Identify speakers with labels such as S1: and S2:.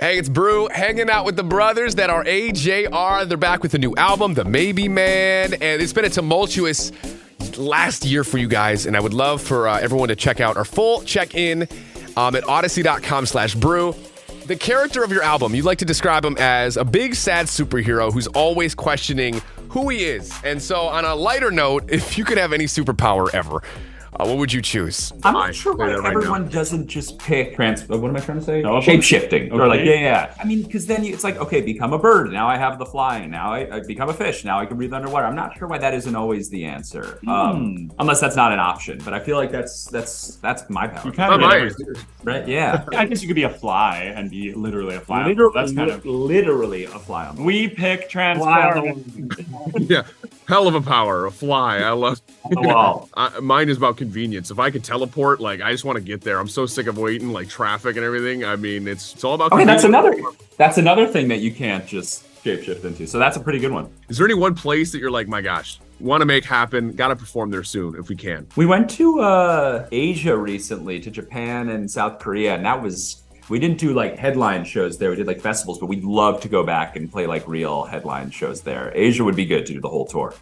S1: Hey, it's Brew hanging out with the brothers that are AJR. They're back with a new album, The Maybe Man, and it's been a tumultuous last year for you guys. And I would love for uh, everyone to check out our full check in um, at odyssey.com/brew. The character of your album, you'd like to describe him as a big, sad superhero who's always questioning who he is. And so, on a lighter note, if you could have any superpower ever, uh, what would you choose?
S2: I'm
S3: I
S2: not sure
S3: do
S2: why
S3: that right now.
S2: everyone doesn't just pick trans. uh, What am I trying to say?
S4: No,
S2: Shape shifting. Or like, yeah,
S4: Okay.
S2: yeah. I mean, because then you, it's like, okay, become a bird. Now I have the flying. Now I, I become a fish. Now I can breathe underwater. I'm not sure why that isn't always the answer, um, unless that's not an option. But I feel like that's that's that's my power,
S4: You kind of
S3: Oh,
S4: did
S3: my.
S4: everything.
S2: right? Yeah.
S4: I guess you could be a fly and be literally a fly.
S2: Liter-
S4: That's kind of.
S2: literally a fly on the
S4: We pick transform.
S2: wall.
S3: Yeah, hell of a power, a fly. I love.
S2: On the wall.
S3: I, mine is about convenience. If I could teleport, like I just want to get there. I'm so sick of waiting, like traffic and everything. I mean, it's it's all about.
S2: Okay, that's
S3: convenience.
S2: another that's another thing that you can't just shape shift into. So that's a pretty good one.
S3: Is there any one place that you're like, my gosh, want to make happen? Got to perform there soon if we can.
S2: We went to uh, Asia recently, to Japan and South Korea, and that was we didn't do like headline shows there. We did like festivals, but we'd love to go back and play like real headline shows there. Asia would be good to do the whole tour.